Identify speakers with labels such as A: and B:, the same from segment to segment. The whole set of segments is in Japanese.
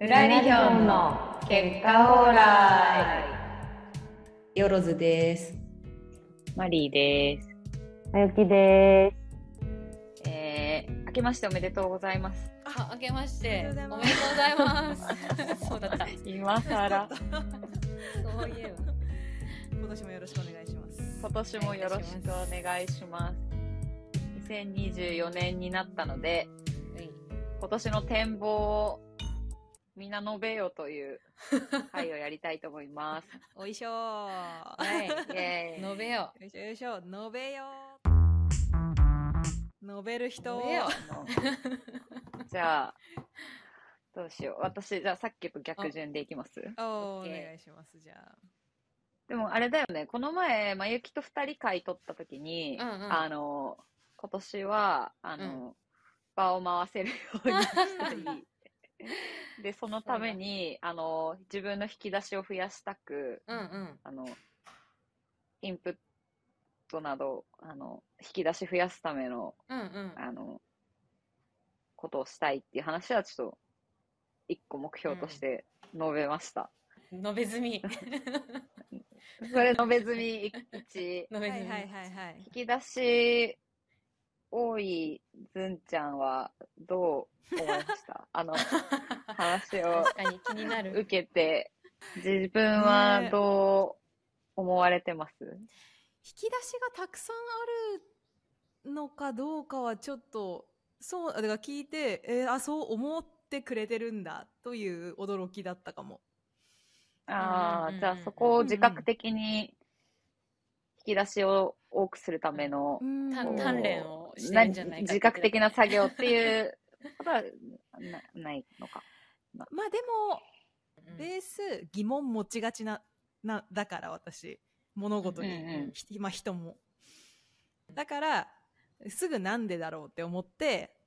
A: 村リヒョンの結果オーライよろずです
B: マリーです。
C: あゆきで
B: えー、明けましておめでとうございます。
D: あ、明けまして
A: お
D: お
A: め
D: め
A: で
D: でと
A: と
D: う
A: う
D: ご
A: ござ
D: ざい
A: いま
D: ますす。そうだった。
B: 今更。
D: そういえば。
A: 今年もよろしくお願いします
B: 今年もよろしくお願いします。2024年になったので、今年の展望をみんな述べよという会をやりたいと思います。
D: おいしょー。
B: はい、イエーイ
D: 述べよ
A: よいしょよいしょ述べよ述べる人
D: 述べよ
B: じゃあ、どうしよう。私、じゃあさっきと逆順でいきます。
A: おお
D: オッケー
A: 願いしますじゃあ
B: でもあれだよね、この前、まゆきと二人会取った時に、
D: うんうん
B: あの、今年は、あの、場を回せるようにしたり、 で、そのために、あの、自分の引き出しを増やしたく、
D: う。うんうん。
B: あの、インプットなど、あの、引き出し増やすための、
D: うんうん。
B: あの、ことをしたいっていう話は、ちょっと、一個目標として述べました。
D: 述べ済 み。
B: それ述べ済み1。
D: 述
A: は
D: べ済み。
A: いはいはいはい
B: 引き出し多いずんちゃんはどう思いました あの話を
D: 確かに気にな
B: 受
D: る。
B: けて自分はどう思われてます、
A: 引き出しがたくさんあるのかどうかはちょっとそうだから聞いて、えーあそう思ってくれてるんだという驚きだったかも
B: あ
D: うんうんうんう
B: あ
D: ん
B: じゃあそこを自覚的に引き出しを多くするための
A: うん
D: た
B: おー
D: 鍛錬をしてんじゃないか。
B: 自覚的な作業っていうことはなないのか。
A: まあでも
D: うん。
A: ベース疑問持ちがちななだから私物事に、
B: うんうん
A: ひまあ人もだからすぐなんでだろうって思って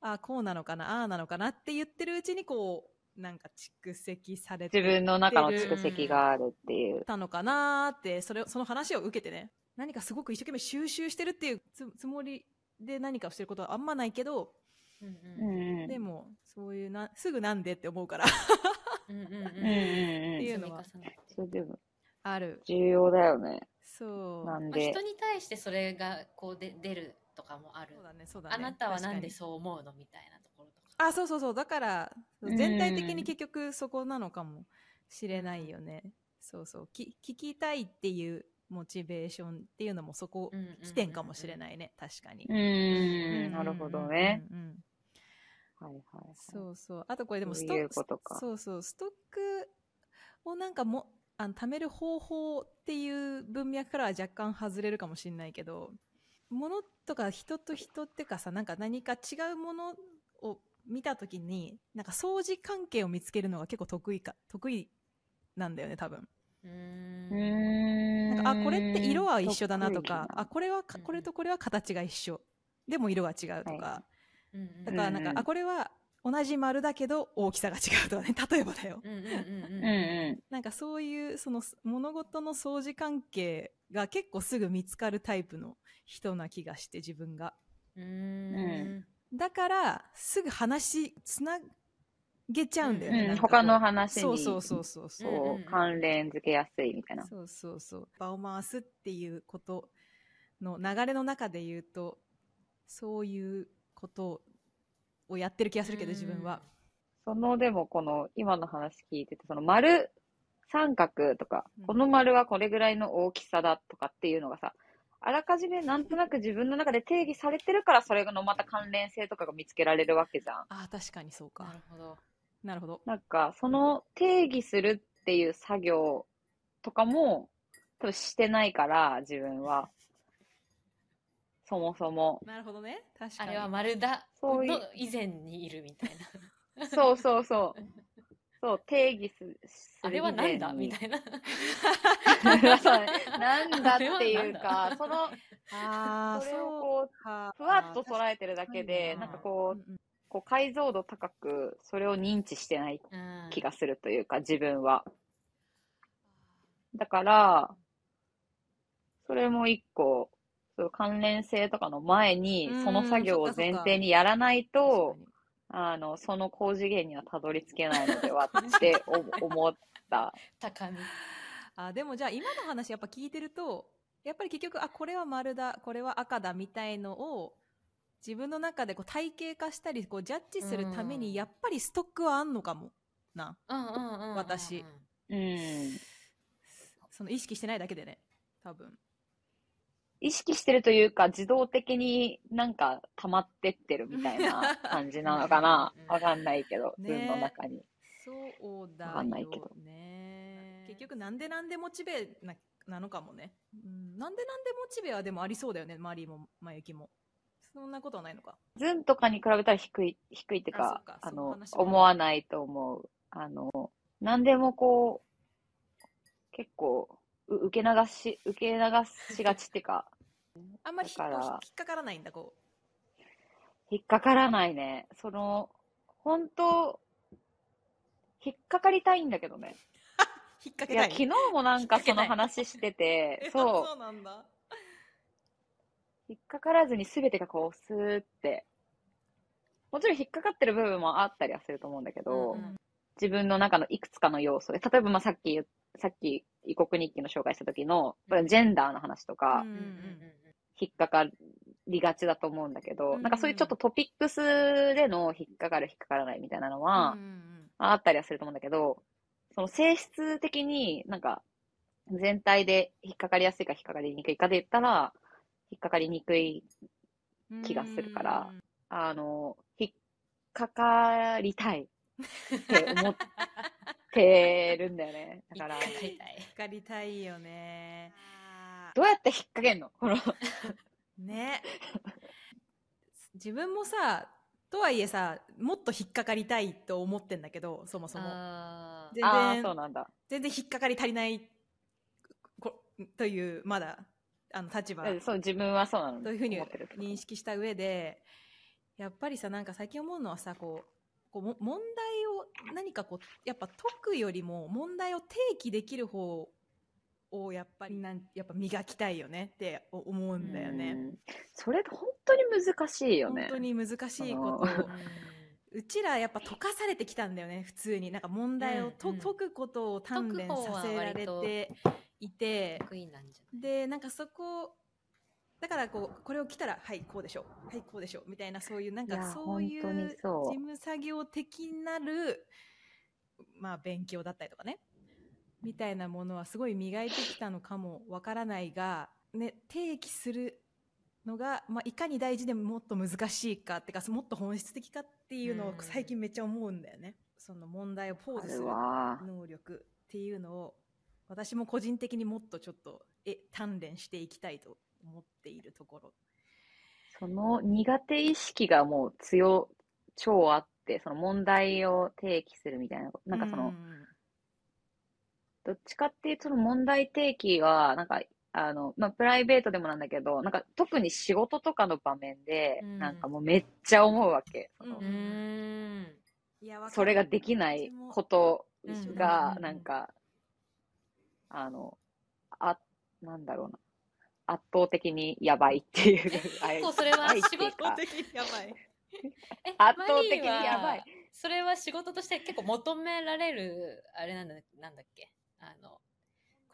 A: ああこうなのかなああなのかなって言ってるうちにこうなんか蓄積されて
B: 自
A: っ
B: 分の中の蓄積があるっていう。
A: たのかなーってそれをその話を受けてね何かすごく一生懸命収集してるっていうつつもりで何かをしてることはあんまないけど、
D: うん
B: うんうん
A: でもそういうなすぐなんでって思うから
D: うん。うんうん
B: うんうん
A: っ
D: う
A: て
D: ん。
A: い
D: 積
A: う
D: み
A: の
D: 重
A: は
D: ねて
B: それでも
A: ある
B: 重要だよね。
A: そう
B: なん
D: まあ
B: で
D: 人。に対してそれがこうで出るとかもある
A: そう。だねそうだね
D: あなたはなん
A: 確か
D: で
A: に
D: そう思うのみたいなところとか。
A: あ、そうそうそう。だから、
B: うん
A: 全体的に結局そこなのかもしれないよね。そうそう。き聞きたいっていうモチベーションっていうのもそこ、起点かもしれ
D: い。
A: ないね。確かに
B: う。ーん、なるほどね。
A: うんうんうん。
B: はいはいはい。
A: そうそう。あとこれでも
B: そ
A: ス
B: う
A: トッ
B: いう
A: ク、
B: ことか
A: そうそう。ストックをなんかも、あの貯める方法っていう文脈からは若干外れるかもしれないけど、物とか人と人ってかさ、なんか何か違うものを見たときに、なんか相似関係を見つけるのが結構得意か、得意なんだよね、多分。
D: う
B: うー
D: ん。
B: ん。
A: なんか、あ、これって色は一緒だなとか、
B: 得意
A: あ、これはか、これとこれは形が一緒。でも色が違うとか。
B: は
D: うんうん
A: だからなんか、
B: うんうん
A: あこれは同じ丸だけど大きさが違うとかね 例えばだよ
D: うんうんうん
B: な。うんう
A: なんかそういうそのす物事の相似関係が結構すぐ見つかるタイプの人な気がして自分が
D: うん。うん。
A: だからすぐ話つなげちゃうんだよね、
B: ん。う、
A: なんんかこう
B: 他の話に
A: そうそうそうそうそう
D: うん
B: こう関連付けやすいみたいな。
A: そうそうそう場を回すっていうことの流れの中で言うとそういうことをやってる気がするけど自分は、
B: そのでもこの今の話聞いてて、その丸、三角とか
A: うん、
B: この丸はこれぐらいの大きさだとかっていうのがさ、あらかじめなんとなく自分の中で定義されてるから、それのまた関連性とかが見つけられるわけじゃん。
A: ああ確かにそう
D: な
A: か
D: るほど。
A: なるほど
B: なんか、その定義するっていう作業とかも、多分してないから、自分は。そもそも。
A: なるほどね。確か
D: あ
A: に。
D: れは丸だ
B: そういう
D: の以前にいるみたいな。
B: そうそうそう。そう、定義すす
D: あ
B: る
D: れ
B: 以
D: はな
B: 前
D: んだみ
B: に。
D: たいな。
B: そうなんだっていう
D: あれはなん
B: か
D: だ、
B: その、
A: あ
B: それを
A: う
B: こう、
A: か。
B: ふわっと捉えてるだけで、
D: 確
B: な
D: か
B: ん
D: に
B: かこう、
A: うんうん
B: こう解像度高く、それを認知してない
D: うん
B: 気がするというか、自分は。だから、それも一個、そう関連性とかの前に
A: うん、
B: その作業を前提にやらないと、
A: 確か
B: あの、その高次元にはたどり着けないのではってお 思った。
D: 高み。
A: あでもじゃあ今の話やっぱ聞いてるとやっぱり結局あこれは丸だこれは赤だみたいのを自分の中でこう体系化したりこうジャッジするため
D: うん
A: にやっぱりストックはあんのかもな
D: うんうんうんうんうん
A: 私
B: うん。
A: その意識してないだけでね多分
B: 意識してるというか、自動的になんか溜まってってるみたいな感じなのかな
D: うん
B: わかんないけど、
A: ね
B: 自分の中に。
A: そう
B: わ
A: だ
B: かんないけ
A: よ
B: ど
A: ね結局なんでなんでモチベななのかもね、うん、なんでなんでモチベはでもありそうだよねマリーもまゆきもそんなことはないのか
B: ズンとかに比べたら低い、低いっていうか、
A: あそうか
B: あ
A: そう
B: の
A: 話、も
B: 思わないと思う。あの、何でもこう、結構、う受け流し、受け流しがちっていうか、
A: あんまり引っ
B: だから
A: 引っかからないんだこ
B: 引っかからないね。その、本当引っかかりたいんだけどね。
A: う引っ掛
B: い
A: け
B: や、
A: たい、
B: 昨日もなんか
D: 引っかけ
B: そ
D: な
B: の
D: い
B: 話しててそ
A: そうなんだ
B: う、引っかからずに全てがこう、スーって。もちろん引っかかってる部分もあったりはすると思うんだけど、
D: うんうん
B: 自分の中のいくつかの要素で、例えばまあさっき言う、さっき異国日記の紹介した時の、
D: うん
B: ジェンダーの話とか、
A: うん
D: うんうん
B: 引っかかりがちだと思うんだけど、
A: うん
B: なんかそういうちょっとトピックスでの引っかかる引っかからないみたいなのは、
A: うんうん
B: あったりはすると思うんだけど、その性質的になんか全体で引っかかりやすいか引っかかりにくいかで言ったら、引っかかりにくい、
A: うん
B: 気がするからあの、引っかかりたいって思ってるんだよね。だから、
D: 一回痛い
A: 引っかかりたいよね
B: どうやって引っ掛けんのこの、
A: ね自分もさとはいえさもっと引っかかりたいと思ってんだけどそもそも
D: あー
A: 全
B: ああ、そ
A: 然
B: うなんだ。
A: 全然引っかかり足りないここというまだあの立場
B: うんそう、自分はそうなの。
A: というふうに
B: 思ってるってこと
A: 認識した上でやっぱりさなんか最近思うのはさこうこうも問題を何かこうやっぱ解くよりも問題を提起できる方をやっぱりなんやっぱ磨きたいよねって思うんだよね。
B: うんそれ本当に難しいよ
A: 本
B: ね。
A: 当に難しいこ
B: あ
A: と
B: の
A: をうちらやっぱ解かされてきたんだよね普通になんか問題をと、
D: うんうん
A: 解くことを鍛錬させられていて
D: 得意なんじゃない
A: でなんかそこだからこうこれを来たらはいこうでしょうはいこうでしょうみたいなそういうなん
B: い
A: か
B: や
A: そういう
B: 本当に
A: 事
B: そう
A: 務作業的なるまあ勉強だったりとかねみたいなものはすごい磨いてきたのかもわからないが、ね、提起するのが、まあ、いかに大事でももっと難しいかってかもっと本質的かっていうのを
D: うん
A: 最近めっちゃ思うんだよね。その問題をポー
B: あ
A: ズ
B: れ
A: する
B: は、
A: 能力っていうのを私も個人的にもっとちょっとえ鍛錬していきたいと思っているところ
B: その苦手意識がもう強、超あって、その問題を提起するみたいな、なんかその、どっちかっていうとその問題提起は、なんか、あの、まあ、プライベートでもなんだけど、なんか特に仕事とかの場面で、
D: うん
B: なんかもうめっちゃ思うわけ。その
A: う
D: うーん。
A: いやわかる
B: それができない こと
D: う
B: が
D: ん、
B: なんか、あの、あ、なんだろうな。圧倒的にやばいっていう。
D: 結構それは
B: あえて
D: 仕事
A: 圧倒的にやばい
D: え
B: 圧倒的にやば。
D: マリー
B: い
D: はそれは仕事として結構求められる、あれなんだなんだっけあの、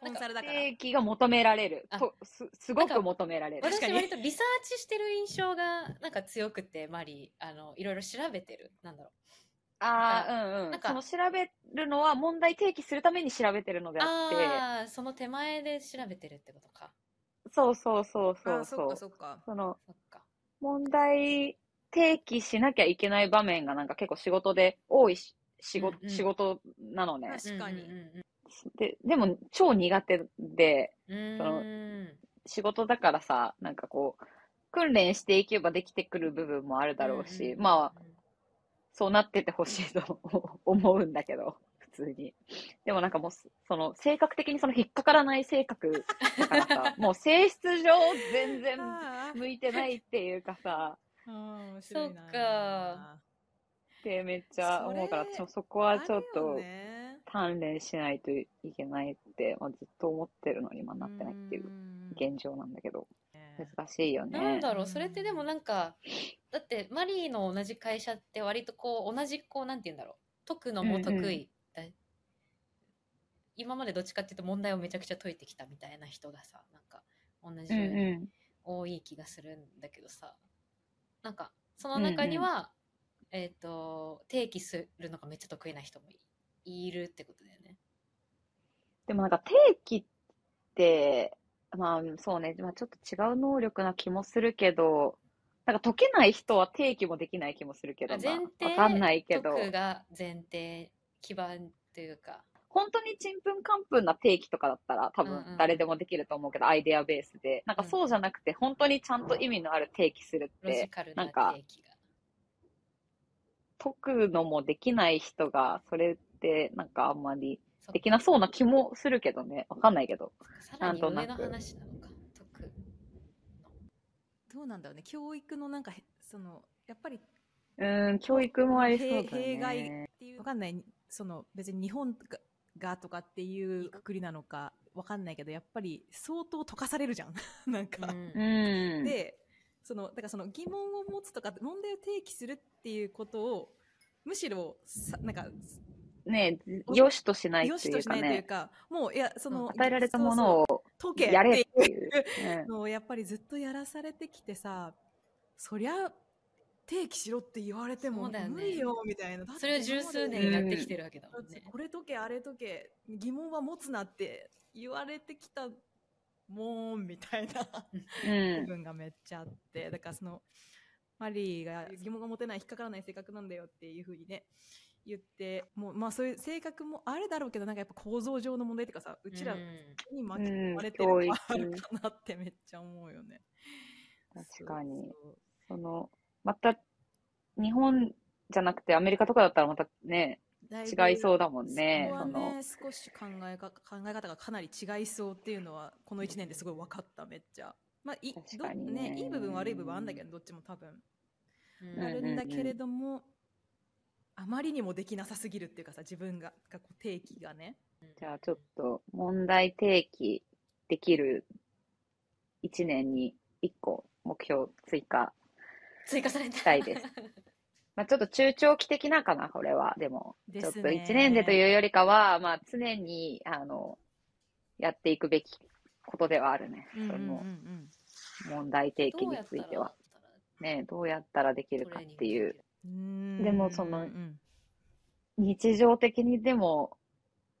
A: コンサルだから
B: 定期が求められる
D: あ
B: とすすご
D: なんか
B: く求められる
A: 確か
D: 私
A: に
D: 割とリサーチしてる印象がなんか強くて、マリー、あの、いろいろ調べてる。なんだろう。
B: ああうん
D: な
B: う
D: んんか
B: その調べるのは問題提起するために調べてるのであって
D: ああー、その手前で調べてるってことか。
B: そうそうそう
A: あ
B: そ
A: ー
B: う
A: そ
B: そ
A: っ
B: う
A: かそっか
B: その
D: そっか。
B: 問題提起しなきゃいけない場面がなんか結構仕事で多いし仕事,、
D: うんうん
B: 仕事なのね
A: 確かに
D: うんうん
B: ででも超苦手で
D: うん。
B: その
D: うーん
B: 仕事だからさなんかこう訓練していけばできてくる部分もあるだろうし、まあ、そうなっててほしいと思うんだけど、 普通に。でもなんかもうす、その、性格的にその引っかからない性格だからさ、もう性質上全然
A: あー
B: 向いてないっていうかさ、
A: あー面白いな
D: そっか
B: ってめっちゃ思うから、
A: それ
B: ちょそこはちょっ
A: あるよ
B: と
A: ね
B: 鍛錬しないといけないって、まあ、ずっと思ってるのに今なってないっていう
A: うん
B: 現状なんだけど、難しいよ
D: なん
B: ね。
D: だろう、それってでもなんか、だってマリーの同じ会社って割とこう同じこうなんて言うんだろう解くのも得意だ、今までどっちかっていうと問題をめちゃくちゃ解いてきたみたいな人がさなんか同じ
B: うん
D: ように
B: う
D: 多い気がするんだけどさなんかその中には、えっ、と定期するのがめっちゃ得意な人もいいるってことだよね。
B: ん。でもなんか定期って、まあそうね、まあ、ちょっと違う能力な気もするけど、なんか解けない人は定期もできない気もするけど
D: あ
B: な。
D: 前提
B: わかんないけど、
D: 得が前提基盤というか
B: 本当にちんぷんかんぷんな定期とかだったら多
D: うんうん
B: 分誰でもできると思うけど、アイデアベースで。なんかそうじゃなくて、本当にちゃんと意味のある定期するっ
D: ロジ
B: て、
D: カルな
B: なんか
D: 定期が。
B: 解くのもできない人が、それってなんかあんまり
D: そっか
B: できなそうな気もするけどね。わかんないけど。
D: さらに
B: なんと
D: 上
B: な
D: の
B: く
D: 話なのか得
A: どうなんだろうね教育のなんかへそのやっぱり
B: うーん、教育もありそうだよね。
A: 弊弊害っていうわかんないその別に日本ががとかっていうくくりなのかわかんないけどやっぱり相当溶かされるじゃんなん か、
D: うん
B: うん。
A: でそのだからその疑問を持つとか問題を提起するっていうことをむしろさなんか
B: ね良しとしない
A: 良
B: って
A: し
B: い
A: と
B: う
A: し
B: か
A: ないという
B: ね。
A: かもういやその、
D: う
B: 与えられたもの
A: を
B: を
A: 解け
B: やれ
A: っ
B: っていう。
A: てのをやっぱりずっとやらされてきてさそりゃ提起しろって言われても
D: そうだよね
A: 無理よみたいな、だって
D: それを十数
A: 今ま
D: 年
A: で
D: やってきてるわけだもんね。
A: これ解けあれ解け疑問は持つなって言われてきたもんみたいな
B: うん。
A: 部
B: う
A: 分がめっちゃあってだからそのマリーが疑問が持てない引っかからない性格なんだよっていうふうにね言ってもうまあそういう性格もあるだろうけどなんかやっぱ構造上の問題とかさうちら
D: うん
A: に巻き込まれてる
B: うん
A: のはあ
B: 教育
A: るかなってめっちゃ思うよね。
B: 確かに
A: そうそう
B: その、また、日本じゃなくてアメリカとかだったらまたね、
A: だぶ
B: 違いそうだもんね。
A: そこは
B: その、
A: ね少し考えが考え方がかなり違いそうっていうのはこの1年ですごい分かっためっちゃ。まあい
B: 確
A: ど
B: かにね
A: ねいい部分悪い部分あるんだけどどっちも多分
D: うん
B: うん
A: あるんだけれども、あまりにもできなさすぎるっていうかさ自分ががこう定期がね
B: じゃあちょっと問題提起できる1年に1個目標追加。
D: 追加された。
B: したいですまあちょっと中長期的なかな、これは。でも、
A: で
B: ちょっ
A: す
B: と
A: ね
B: 1年でというよりかは、まあ常に、あの、やっていくべきことではあるね。
A: うんうん
B: そ
A: うんう
B: の
A: ん
B: 問題提起
D: どう
B: に
D: やっ
B: つ
D: た
B: い
D: ら
B: ては。ね、どうやったらできるかっていう。
A: うーん
B: でもその
A: うんうん
B: 日常的にでも、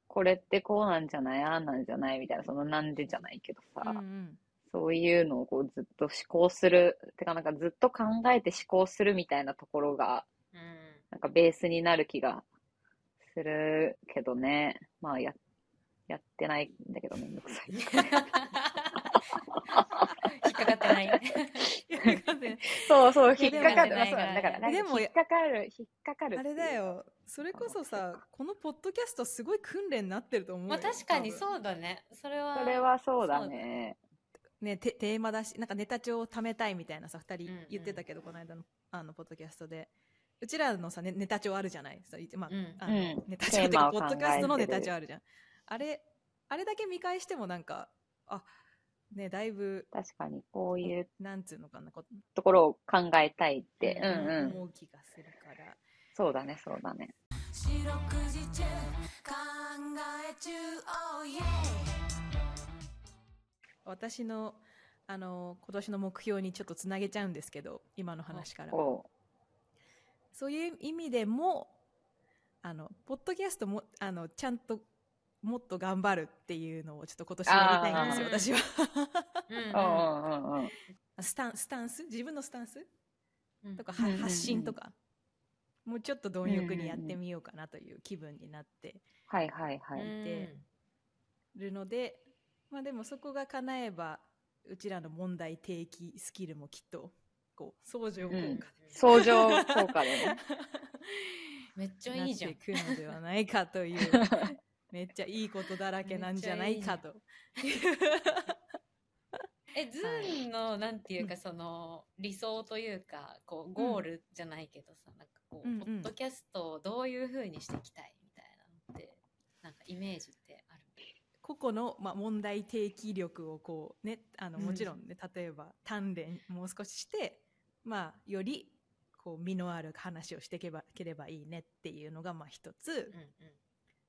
B: これってこうなんじゃないああなんじゃないみたいな、そのなんでじゃないけどさ、
A: うんうん
B: そういうのをこうずっと思考する、てかなんかずっと考えて思考するみたいなところが、
D: うん
B: なんかベースになる気がするけどね。まあや、やってないんだけどめんどくさい。
D: 引っかかってない。
A: いやなんか ね
B: そうそう、
A: いや
B: 引っ
A: でも
B: かかる。ま
D: や
B: あ
D: ってない
B: そうなんだだから、なんか
A: でも
B: 引っかかる、引っかかる
A: あ
B: ってい
A: れ
B: う
A: だ。よそれこそさこのポッドキャストすごい訓練になってると思う
D: まあ
A: よ
D: 確かに
A: 多分
D: そうだね。それは。
B: それはそう
D: そ
B: だ
D: うだ
B: ね。
A: ね、テテーマだしなんかネタ帳を貯めたいみたいなさ2人
D: うんうん
A: 言ってたけど、この間のあのポッドキャストでうちらのさ、ね、ネタ帳あるじゃないそういまあ
D: うん
A: あの
B: うん
A: ネタ帳っていうか
B: テ
A: ポ
B: ーマを考
A: ッ
B: えてる
A: ドキャストのネタ帳あるじゃんあれあれだけ見返してもなんかあねだいぶ
B: 確かに、こういう
A: なんつうのかなこと
B: ころを考えたいって。
D: う
B: うんんうん。
A: 思う気がするから、
B: そうだね、そうだね。
A: 私のあの今年の目標にちょっとつなげちゃうんですけど今の話から
B: こ
A: そういう意味でも、あの、ポッドキャストも、あの、ちゃんと、もっと頑張るっていうのをちょっと今年やりたいんですよ、
D: あー
A: 私は。
D: うんうん
B: う。うんうんうんうん。
A: スタンスタンス自分のスタンス
D: うん
A: とか、は
B: うんうんうん
A: 発信とか、もうちょっと貪欲にやってみようかなという気分になって
B: はいはいは
D: う
B: い。
D: ん
A: でるので、まあでもそこが叶えば、うちらの問題提起スキルもきっと、こう、相乗効果で。
B: うん相乗効果でね。
D: めっちゃいいじゃん
A: なっ。てくのではないかというめっちゃいいことだらけなんじゃないかと
D: え、ズーンの、なんていうか、その、理想というか、こう、ゴールじゃないけどさ、なんかこう、
A: うんうん
D: ポッドキャストをどういうふうにしていきたいみたいなのって、なんかイメージってある。
A: 個々の、まあ、問題提起力をこうねあの
D: うん
A: もちろんね、例えば鍛錬もう少ししてまあよりこう、身のある話をしていけば、ければいいねっていうのが、まあ一つ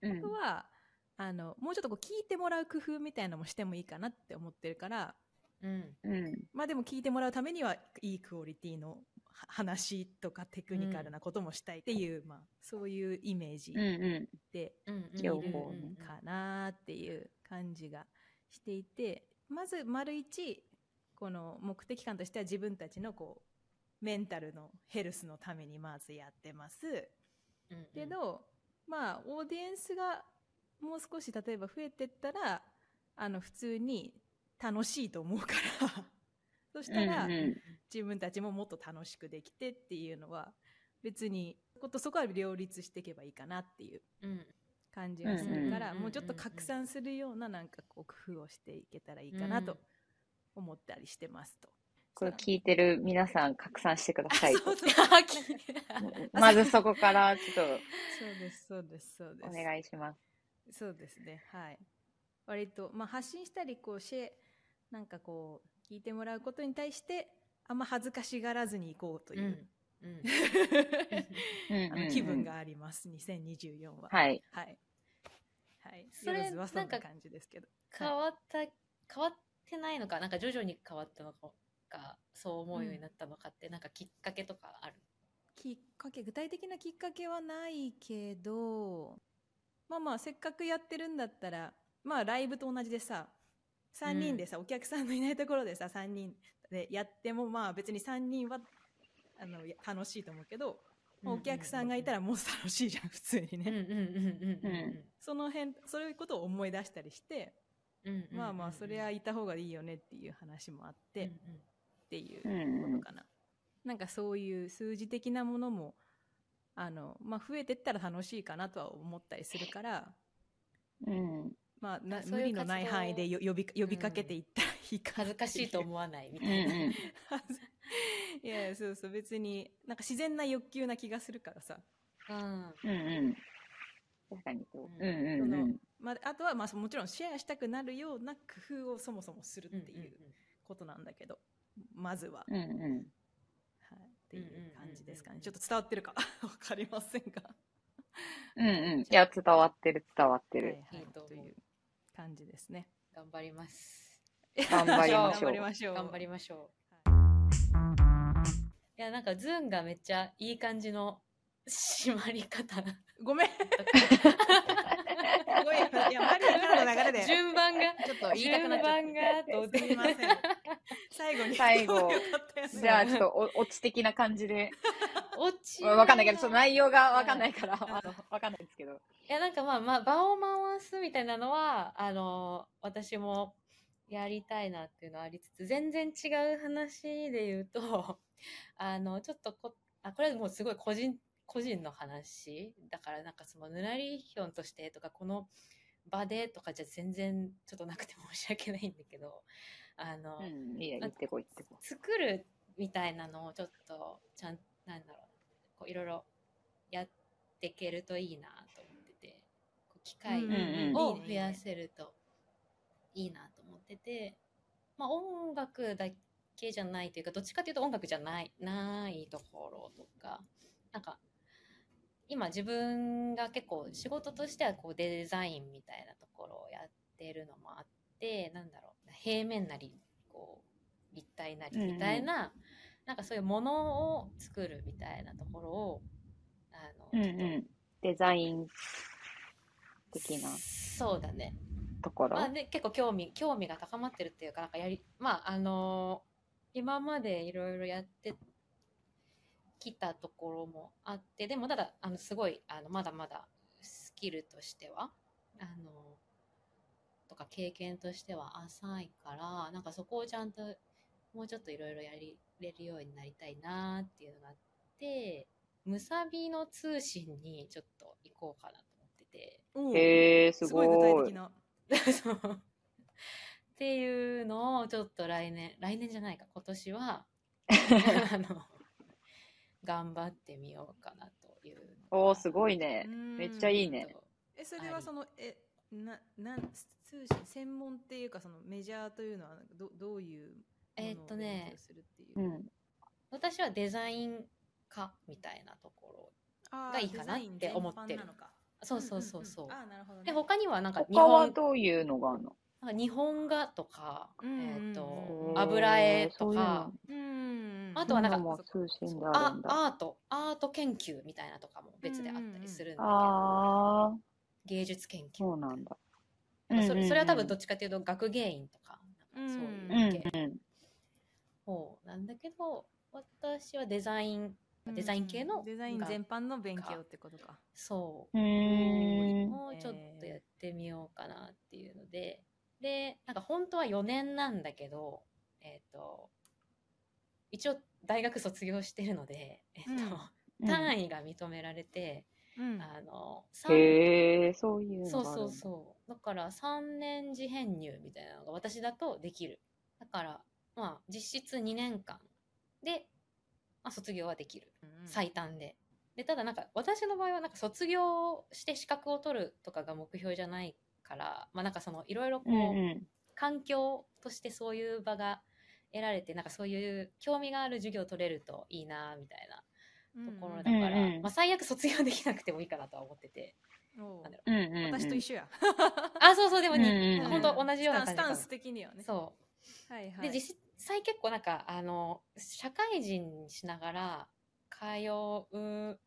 D: うん。うん
B: うん
A: あとは、あの、もうちょっとこう、聞いてもらう工夫みたいなのもしてもいいかなって思ってるから、
D: うん
B: うん
A: まあでも聞いてもらうためには、いいクオリティのは話とかテクニカルなこともしたいっていう、まあ、そういうイメージ
B: うんう
A: で
D: うんうん
B: 両
A: い
B: 方
A: る
B: ね
D: うんうん
A: かなっていう感じがしていて、まず、丸一、この目的感としては自分たちのこう、メンタルのヘルスのためにまずやってます。
D: うんうん
A: けど、まあ、オーディエンスがもう少し例えば増えてったら、あの、普通に楽しいと思うから、そしたら、
B: うんうん
A: 自分たちももっと楽しくできてっていうのは、別に、ことそこは両立していけばいいかなっていう
D: うん
A: 感じがするから、
D: うんうん
A: もうちょっと拡散するようななんかこう工夫をしていけたらいいかな
D: うん
A: と思ったりしてますと。
B: これ聞いてる皆さん拡散してくだ
A: あ
B: さいと
A: そうそう
B: まずそこからちょっ
A: そうです、そうです、そうで
B: とお
A: す。
B: 願いします。
A: そうですね。はい。割と、まあ、発信したり、こう、シェなんかこう、聞いてもらうことに対して、あんま恥ずかしがらずに行こうという、
D: うん
B: うん
A: あ
B: うんう
A: の
B: ん
A: 気分があります、2024は。い。
B: はい。
A: はい。はい。
D: それ
A: ヨルズはそん
D: な
A: なん
D: か
A: 感じですけど。
D: 変わった変わってないのかなんか徐々に変わったのかそう思うようになったのかって、なんかきっかけとかある
A: きっかけ、具体的なきっかけはないけど、まあまあ、せっかくやってるんだったら、まあ、ライブと同じでさ、3人でさ、お客さんのいないところでさ、3人でやっても、まあ別に3人は、あの、や楽しいと思うけど、お客さんがいた
D: ら
A: らもう楽しいじゃん、普通
D: う
A: にね。
D: んうんうんうん
A: その辺、そういうことを思い出したりして、
D: うんうん
A: まあまあ、それはいた方がいいよねっていう話もあって、
D: うん
A: っていう
B: うんう
A: こ
B: ん
A: とかな。なんかそういう数字的なものも、あの、まあ増えてったら楽しいかなとは思ったりするから、
B: うん
A: まあ、な
D: そういう活動
A: 無理のない範囲でよ呼び呼びかけていったらいいかな
D: 恥ずかしいと
A: う。
D: 思わないみ
B: う
D: た
B: ん
D: いな、
B: うん
A: 恥ず いやいや、そうそう、別に、なんか自然な欲求な気がするからさ。
D: うん
B: うんうん確かにそう。
D: うん
B: うんうんうん
A: まあ、あとは、まあ、そもちろんシェアしたくなるような工夫をそもそもするっていうことなんだけど、まずは、
B: うんうん
A: はい、っていう感じですか
D: うんうんうんうん
A: ね。ちょっと伝わってるか わかりませんが。
B: うんうんいや伝わってる伝わって
A: はいは
B: る。
A: い
D: いいと思う
A: という感じですね。
D: 頑張ります
B: 頑張りましょう
A: 頑張りましょう。
D: 頑張りましょう、い、やなんかズーンがめっちゃいい感じの締まり方
A: ごめん。ごめん。いや、マリオからの流 れで。ち
D: 順番が
A: ょっと言いたくなっちゃっ。
D: 順番がと思ったて
A: すみません。最後に。
B: 最後
A: よかったよね
B: じゃあちょっと おオチ的な感じで
D: 落ち
B: わかんないけどちょっと内容がわかんないからあのわかんないですけど。
D: いや、なんかまあまあ、場を回すみたいなのは、あの私もやりたいなっていうのはありつつ、全然違う話で言うと、 あの、ちょっとこ、あ、これはもうすごい個人、個人の話だから、なんかその、ぬらりひょんとしてとか、この場でとかじゃ全然ちょっとなくて申し訳ないんだけど、あの、
B: うんいいや言ってこい言ってこ
D: 作るみたいなのをちょっとちゃんなんだろうこういろいろやっていけるといいなと思っててこう機会
A: うん
B: うん
D: を
A: いいねいいね
D: 増やせるといいなと思ってて、まあ、音楽だけじゃないというかどっちかというと音楽じゃないないところとかなんか今自分が結構仕事としてはこうデザインみたいなところをやってるのもあってなんだろう平面なりこう立体なりみたいな、なんかそういうものを作るみたいなところをあ
B: い。う
D: の、ちょ
B: ん
D: っと
B: うんデザイン的な
D: そうだね
B: ところ。
D: まあね、結構興味興味が高まってるっていうかなんかやりまああのー今までいろいろやってきたところもあってでもただあのすごいあのまだまだスキルとしてはあのーとか経験としては浅いからなんかそこをちゃんともうちょっといろいろやりれるようになりたいなっていうのがあってむさびの通信にちょっと行こうかなと思ってて。
A: おう
B: へえす
A: す
B: ご
A: ご
B: い
A: い。具体的な。
D: そうっていうのをちょっと来年来年じゃないか今 年はあの頑張ってみようかなという
B: おおすごい
A: うん
B: ね。めっちゃいいね
A: え、それ
D: は
A: はいその、え、な、なん、通信専門っていうか、そのメジャーというのは、ど、どういうものを
D: えーっとね
A: 勉強するっていう。
B: うん
D: 私はデザインかみたいなとこ
A: あー
D: がいいかなって思ってる
A: デザイン全般なのか
D: ろそうそうそうそう,、
A: んんんあーなるほどね
D: で他にはなんか日
B: 他は
D: 本
B: どういうのがあるの
D: なんか日本画とか、
A: うんうんうん
D: えっと
B: へー
D: 油絵と
B: そういう
D: か
B: の
A: うん
D: あ
B: あ
D: とはなんか
B: も通信である
D: あ
B: んだ。
D: アートアート研究みたいなとかも別であったりするんだけど、
B: ああ、
D: 芸術研究
B: そうなんだ。
D: なんかそれそれは多分どっ
B: ち
D: ちかというと学芸員とかなんかそう
B: う
D: い
B: ん
D: う系
B: うん。
D: 方なんだけど私はデザイン
A: うん
D: デザイン系の
A: デザイン
D: が
A: 全般の勉強ってことか
D: そう
B: ーん。
D: もうちょっとやってみようかなっていうので、で、なんか本当は4年なんだけど、えっ、と、一応大学卒業してるので、えっ、と、
B: 位。
D: 単位が認められて、
A: うん
D: あの、三
B: へえ、そういうのが
D: そ
B: あ
D: う
B: るんだ。
D: そうそう。だから3年次編入みたいなのが私だとできる。だから、まあ実質2年間で、まあ、卒業はできる。
A: うん
D: 最短で。で、ただなんか私の場合はなんか卒業して資格を取るとかが目標じゃないから、まあなんかそのいろいろこう、
B: うんうん。
D: 環境としてそういう場が得られて、なんかそういう興味がある授業を取れるといいなみたいな
A: うん
D: ところだ
A: う
D: か
A: ん
D: ら、
B: うんうん
D: まあ最悪卒業できなくてもいいかなとは思ってて。
A: おう
D: なんだろ
B: うんうんうん。
A: 私と一緒や
D: あ、そうそう、でもに、
B: うんうん
D: 本当同じような感じ
A: スタンス的にはね
D: そう。
A: はいは
D: で
A: い
D: 実際結構なんかあの社会人にしながら通う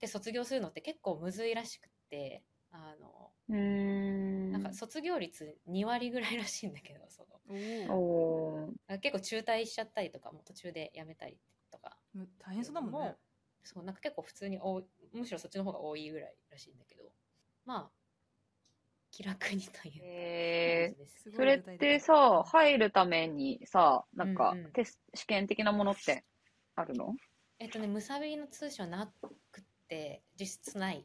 D: で卒業するのって結構むずいらしくってあの
B: うーん。
D: なんか卒業率2割ぐらいらしいんだけどそ
A: おう
B: おー
D: の結構中退しちゃったりとかもう途中で辞めたりとか
A: む大変そうだもんね
D: そうなんか結構普通に多いむしろそっちの方が多いぐらいらしいんだけどまあ気楽にという
B: へ
D: 感
B: え。
D: じです
A: すごい
B: それってさ、入るためにさ、なんか
D: うんうん
B: テス試験的なものってあるの
D: えっとねむさびの通信はなくって実質ない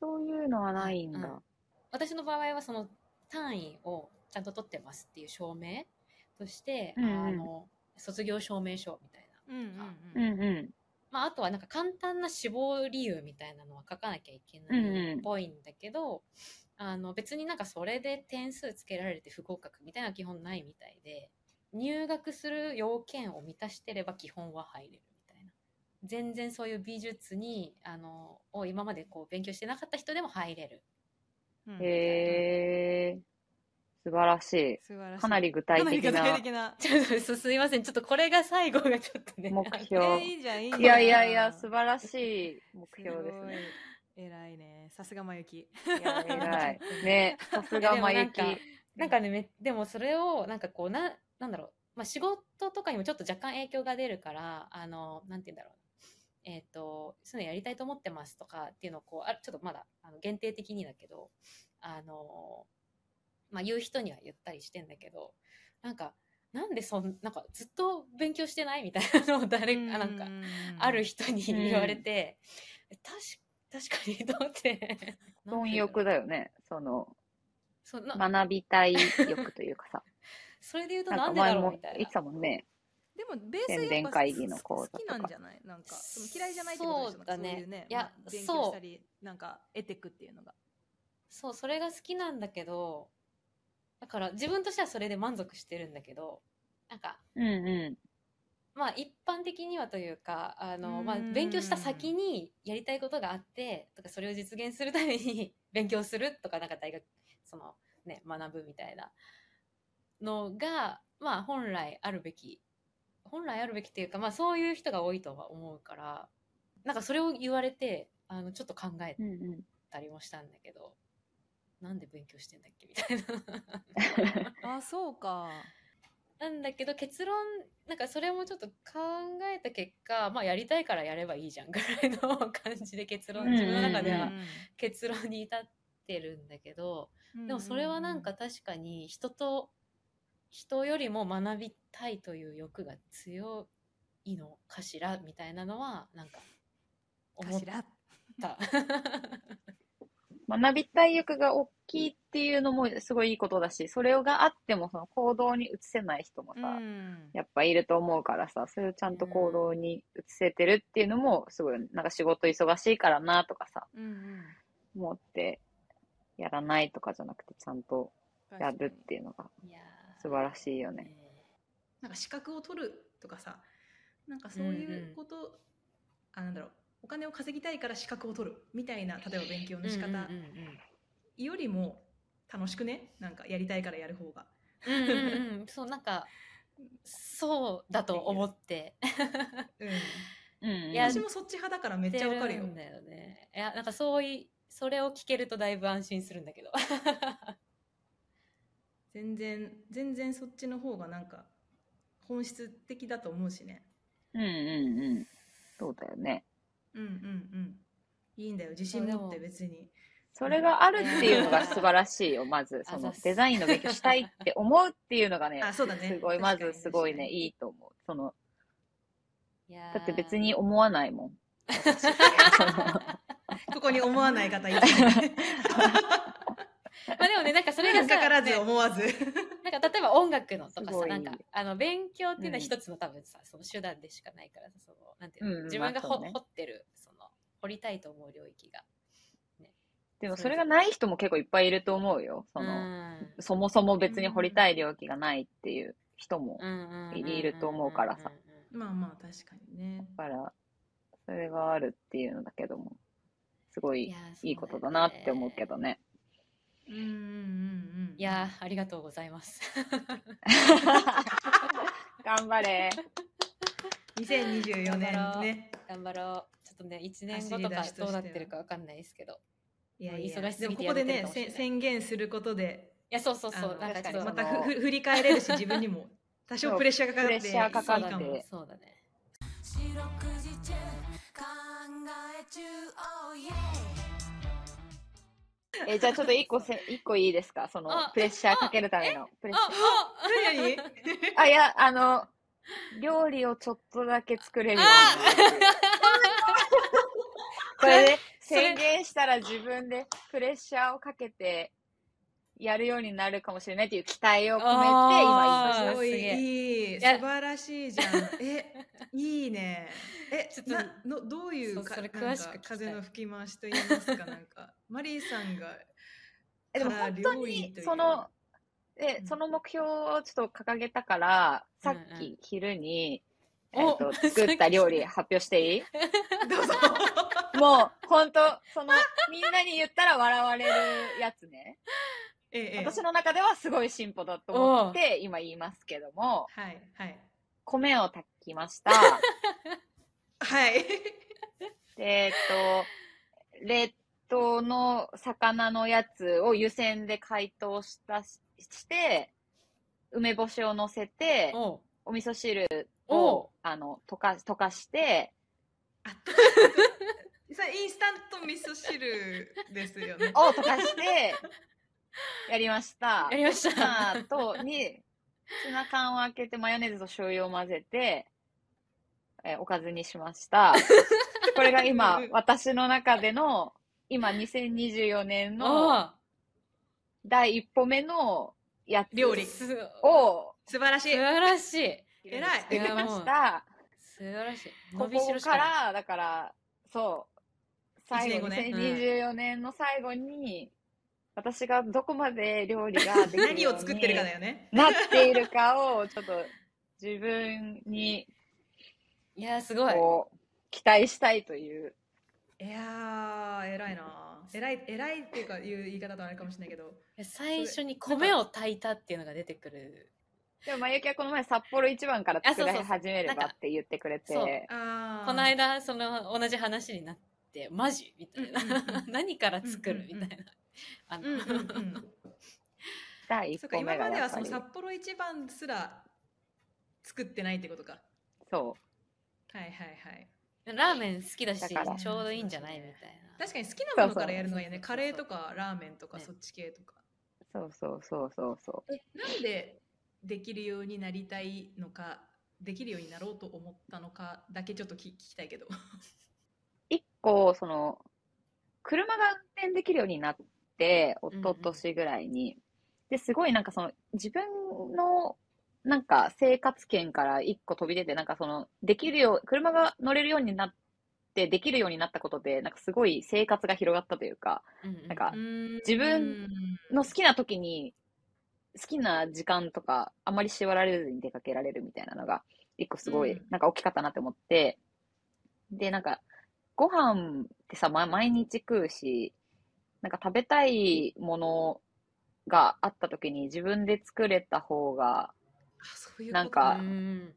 B: そういうのはないん
D: うん
B: だ。
D: 私の場合はその単位をちゃんと取ってますっていう証明として、
B: うんうん
D: あの卒業証明書みたいな、
A: うんうん
B: うんう
D: まあ、あとはなんか簡単な死亡理由みたいなのは書かなきゃいけな
B: うん
D: い
B: うん
D: っぽいんだけど、あの別になんかそれで点数つけられて不合格みたいなのは基本ないみたいで入学する要件を満たしてれば基本は入れるみたいな全然そういう美術にあのを今までこう勉強してなかった人でも入れる
A: うんうん
B: ん。へえ。素晴らしい。
A: 素晴らしい
B: かなり具
A: か
B: 体
A: なり具
B: 的
A: 体
B: な
A: 的な
D: ちょっとすすいません。ちょっとこれが最後がちょっとね。
B: 目
D: あ
B: 標。
A: えーいいじゃんいいじゃん
B: いやいやいや、素晴らしい目標ですね。
A: え偉いねさすがまゆき
B: いや、偉い。ね、さすがまゆき。
D: でもなんかね、めでもそれを、なんかこう、な、なんだろう。まあ、仕事とかにもちょっと若干影響が出るから、あの、なんて言うんだろう。えっ、と、そういうのやりたいと思ってますとかっていうのを、こう、あちょっとまだ、あの限定的にだけど、あの、まあ、言う人には言ったりしてんだけど、なんか、なんでそん、なんかずっと勉強してないみたいなのを誰か、なんか、ある人に言われて、確確かにと思って。
B: 貪欲だよね。その、
D: そうな
B: 学びたい欲というかさ。
D: それで言うと
B: な
D: な
B: んか
D: んでだ
B: 前
D: ろう
B: も
D: みたい
B: 言っ
D: な
B: て。たもんね。
A: でもベース
B: 宣
A: や
B: 伝
A: っぱ
B: 会議の講座と
A: 好
B: か
A: きなんじゃないなんかでも嫌いじゃないってことでしょ
D: そうだね
A: なんかそういうね
D: いや
A: まあ勉
D: そう
A: 強したりなんか得てくっていうのが
D: そう、それが好きなんだけど、だから自分としてはそれで満足してるんだけど、なんか、
B: うんう
D: まあ一般的にはというか、あの、
A: うん
D: まあ勉強した先にやりたいことがあって、とかそれを実現するために 勉強するとか、なんか大学、そのね、学ぶみたいなのが、まあ本来あるべき、本来あるべきっていうか、まあそういう人が多いとは思うから、なんかそれを言われて、あの、ちょっと考え
B: ん。うんうん。
D: たりもしたんだけど、なんで勉強してんだっけ みたいな。
A: あそうか
D: なんだけど結論なんかそれもちょっと考えた結果まあやりたいからやればいいじゃんぐらいの感じで結論
B: うん
D: 自分の中
B: だか
D: で
B: ら
D: は結論に至ってるんだけどでもそれはなんか確かに人と人よりも学びたいという欲が強いのかしらみたいなのはなんか思
A: か
D: っ
A: しら
D: た。
B: 学びたい欲が大きいっていうのもすごいいいことだし、それがあってもその行動に移せない人もさ、
A: うん
B: やっぱいると思うからさ、それをちゃんと行動に移せてるっていうのもすごい、なんか仕事忙しいからなとかさ、
A: うんうん
B: 思ってやらないとかじゃなくてちゃんとやるっていうのが
D: いやー
B: 素晴らしいよね。
A: なんか資格を取るとかさなんかそういうことあなんだろうお金を稼ぎたいから資格を取るみたいな例えば勉強の仕
D: うんうん
A: 方よりも楽しくねなんかやりたいからやる方が
D: うんうんうんうんうん そうなんかそうだと思って
A: うん
B: うんうん
D: いや
A: 私もそっち派だからめっちゃわかる
D: やっ
A: よ
D: てんだよねいやなんかそういそれを聞けるとだいぶ安心するんだけど
A: 全然全然そっちの方がなんか本質的だと思うしね
B: うんうんうん。そうだよね。
A: うんうんうんいいんだよ自信持って別に
B: それがあるっていうのが素晴らしいよ、まず。そ
D: あざっ
B: の
D: す
B: デザインの勉強したいって思うっていうのがね、
A: あそうだね
B: すごい、ま
A: 確かに
B: ずすごいね、
A: 確かに
B: いいと思う。その、
D: いやー
B: だって別 に思わないもん。私 その
A: ここに思わない方いるね
D: まあでもねなんかそれが
A: 引っ
D: さ
A: かからず
D: ね
A: 思わず
D: なんか例えば音楽のとか
B: すご
D: さ
B: い
D: なんかあの勉強っていうのは
B: うん
D: 一つの多分さ、その手段でしかないからさそのなんていう
B: う
D: の、
B: んうん
D: 自分が
B: まあ
D: ほ、
B: そうね
D: 掘ってるその掘りたいと思う領域が
B: でもそれがない人も結構いっぱいいると思うよ。その、そもそも別に掘りたい領域がないっていう人も。いると思うからさ
A: まあまあ確かにね
B: だから、それがあるっていうのだけども、すごい
D: やー
B: いいことだなって思うけどね。
A: うんうんうんうん
D: いやーありがとうございます
B: 頑 張れ。
A: 2024
D: 頑張
A: 年
D: ろう
A: ね
D: 頑張ろうちょっとね1年
A: 走
D: 後
A: り
D: と
A: 出
D: か
A: しとして
D: ど
A: は
D: うなってるかわかんないですけど
A: いやいや
D: 忙しす
A: でも
D: ぎてや
A: ここ
D: め
A: で
D: てるか
A: ね
D: もしれない
A: せん宣言することで
D: いやそうそうそ
A: あ
D: う
A: の
D: なんか
B: 確
D: ち
B: か
D: ょ
B: に
D: っ
A: ま
D: と
A: た
B: その
A: ふふ振り返れるし自分にも多少プレッシャーかかって
B: プレッシャーかかっ
A: いいも
B: て
D: そうだね
E: 四六時中考え中 oh yeah
B: え、じゃあちょっと一個せ、一個いいですかその
D: あ、
B: プレッシャーかけるための。プレッシャ
D: あ
A: 何々
B: ー。あ、いや、あの、料理をちょっとだけ作れるよ うになる。これで
D: それ
B: 宣言したら自分でプレッシャーをかけてやるようになるかもしれないっていう期待を込めて今
D: あ
B: 言
D: ー
B: いまし
A: すごい
D: すげえ
A: いい
D: い
A: 素
D: や
A: 晴らしいじゃん。 え、いいね。え、
D: ちょっと
A: なのどういうか
D: そうそれ
A: なん
D: 詳しく
A: か
D: 聞きたい
A: 風の吹き回しと言いますかなんか マリーさんが
B: えでも
A: から
B: 本当
A: 料
B: に
A: 理という
B: そのえ
A: うん
B: その目標をちょっと掲げたから、さ
D: うん
B: っ
D: うん
B: き昼に、
D: お
B: えっと作った料理発表していい
A: どう ぞ。
B: もう本当そのみんなに言ったら笑われるやつね
A: ええええ
B: 私の中ではすごい進歩だと思って今言いますけども
A: はいはい
B: 米を炊きました
A: はい。
B: でえっと冷凍の魚のやつを湯煎で解凍したしして梅干しを乗せて
D: おう
B: お味噌汁
D: おう
B: をあの溶か溶かして
A: あさインスタント味噌汁ですよ ね。
B: を溶か してやりました
D: や。りまし
B: ツナ
D: た
B: とにツナ缶を開けてマヨネーズと醤油を混ぜて、えーおかずにしま した。これが今私の中での今2024年の
D: あ
B: 第一歩目のやつ
A: 料
D: ー
A: 理
D: す
B: を
A: 素晴らしい。
D: 素晴らしい
A: 偉い
B: 作りました。
D: 素晴らしい
B: こ
D: 伸びし
B: こ
D: ろし
B: か
D: かない
B: ら、だから、そう、最後、
A: 一年
D: 後ね
B: 2024年の最後に、私がどこまで料理ができるように
A: 何を作ってる かだよね。
B: なっているかを、ちょっと自分に
D: いやーすごい
B: こう、期待したいという。
A: いやー偉いな。 偉い偉いっていうかいう言い方とあれかもしれないけど。
D: いや最初に米を炊いたっていうのが出てくる
B: でも、まゆきはこの前、札幌一番から作
D: あそうそ
B: り
D: うそう
B: 始めれば
D: なんか
B: って言ってくれ
D: そう
B: て、
A: あー
D: この間その同じ話になってマジみたいな
A: うんうんうん
D: 何から作るみたいなあ
A: うんうん
D: の
A: うん。
B: 第一
A: そうか
B: 歩
A: 今
B: 目が
A: まで
B: や
A: は
B: っ
A: そ
B: ぱ
A: の
B: り、
A: 札幌一番すら作ってないってことか。
B: そ
A: はいはいはい。
D: ラーメン好きだし
B: だから
D: ちょうどいいんじゃないみたいな
A: 確かに好きなもの
B: そうそう
A: からやるのがいいよね。
D: そうそうそ
A: カ
D: う
A: レーとかラーメンとか
D: ね
A: そっち系とか。
B: う、そうそうそうそうそう。
A: え、なんでできるようになりたいのか、できるようになろうと思ったのかだけちょっとき聞きたいけど。
B: 一個、その、車が運転できるようになって、一昨年ぐらいに。で、すごいなんかその、自分の、なんか生活圏から一個飛び出て、なんかその、できるよう、車が乗れるようになって、できるようになったことで、なんかすごい生活が広がったというか、
D: な
B: なんか、
A: 自
B: 自分の好きな時に、好きな時間とか、あまり縛られずに出かけられるみたいなのが、一個すごい、
A: うん
B: なんか大きかったなって思って、で、なんか、ご飯ってさ、ま、毎日食うし、なんか食べたいものがあった時に自分で作れた方が、
A: そういうこと
B: なんか
D: う、ん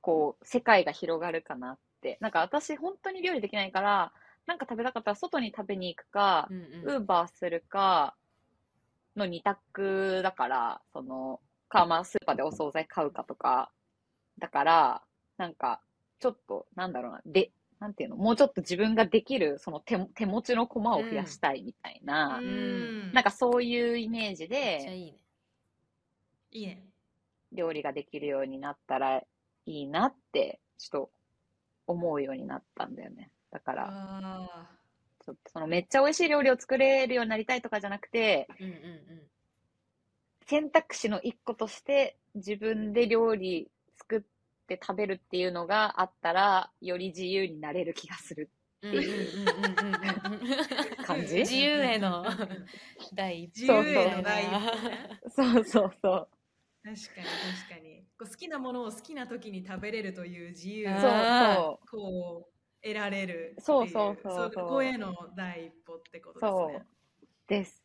B: こう、世界が広がるかなって。なんか私、本当に料理できないから、なんか食べたかったら外に食べに行くか
D: う、んう
B: ウ
D: ん
B: ーバーするかの二択だから、その、か、まあ、スーパーでお惣菜買うかとか、だから、なんか、ちょっと、なんだろうな、で、なんていうの、もうちょっと自分ができる、その手も、手持ちの駒を増やしたいみたいな、
A: うん
B: なんかそういうイメージ
D: めっちゃ
B: で、
D: いいね。
A: いいね
B: 料理ができるようになったらいいなって、ちょっと、思うようになったんだよね。だから、
A: あ
B: ちょっとその、めっちゃ美味しい料理を作れるようになりたいとかじゃなくて、
D: うんうん
B: 選択肢の一個として自分で料理作って食べるっていうのがあったらより自由になれる気がする
D: うん。うんうんうん うんうんうん
B: 感じ
D: 自由への第一
A: 自
B: 由へ
A: の第一歩ね
B: そうそうそう
A: 確かに確かにこう好きなものを好きな時に食べれるという自由
B: そう
A: を
D: あー
B: そ
A: こう得られるってい
B: そうそうそうそう
A: そこへの第一歩ってこ
B: う
A: とです
B: そう
A: ね
B: です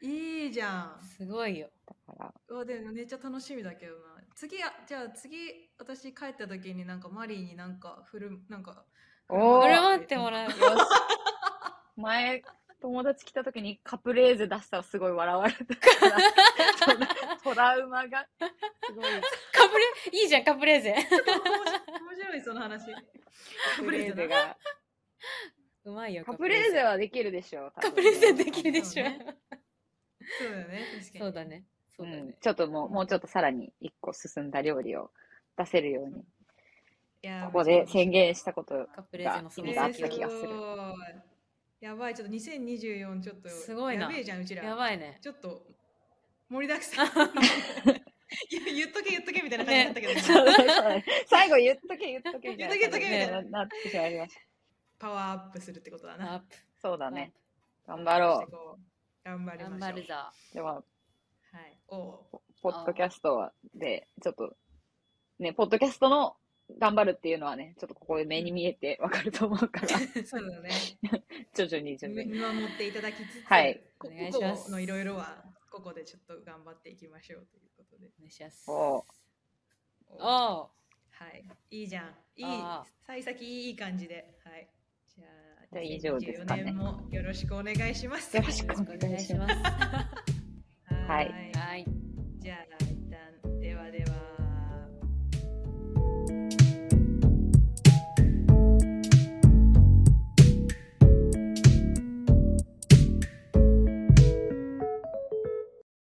A: いいじゃん
D: すごいよ。
B: だから
A: うわでもめっちゃ楽しみだけどな次あじゃあ次私帰った時になんかマリーになんか振るなんか
B: お
D: こ
B: ー
D: れ待ってもらうよ。
B: 前友達来た時にカプレーゼ出したらすごい笑われたからそのトラウマがすごい
D: カプレ、いいじゃん、カプレーゼ。
A: 面白いそ の話
B: カ
A: カ
B: プ
A: プ
B: レ
A: レ
B: ー
A: ー
B: ゼ
A: ゼ
B: が
D: うまいよ、
B: カプレーゼ
D: は。
B: はできるでしょ
D: カプレーゼでき
B: る
D: るでしょ。
A: そうだよね確かに
D: そうだね。そうだね。
B: ちょっともうもうちょっとさらに一個進んだ料理を出せるように
A: いやー
B: ここで宣言した こと
D: カプレーゼのそ
A: す
D: の
A: ごい
B: 意味があった気がする
A: やばいちょっと2024ちょっと
D: すごいな
A: やべえじゃんうちら
D: やばいね。
A: ちょっと盛りだく さんいや言っとけ言っとけみたいな感じだったけど、
B: そうそうそう最後言っとけ言っとけみたいな
A: 言
D: 言
A: っとけ
D: っとけみ
A: たい
B: なってしまいまし
A: パワーアップするってことだな
D: アップ。
B: たそうだね頑張ろう
A: う頑張りまし
D: 頑
A: ょう
D: 張るぞ。
B: では
A: はいおう
B: ポッドキャストはでちょっとねポッドキャストの頑張るっていうのはねちょっとここで目に見えてわかると思うから
A: そうだね
B: 徐々に徐々
A: 見
B: に
A: 守っていただきつつ、
B: はい
A: こ
D: お願いします
A: ここのいろいろはここでちょっと頑張っていきましょうということで
D: お願いします。お
B: おう
A: は
D: お
A: いいいじゃんいい
D: あ
A: 幸先いい感じではいじゃあ
B: じゃあ以上ですかね
A: 2024年もよろしくお願いします
B: よろしく
D: お願いします。
A: は
B: はいい
D: はい。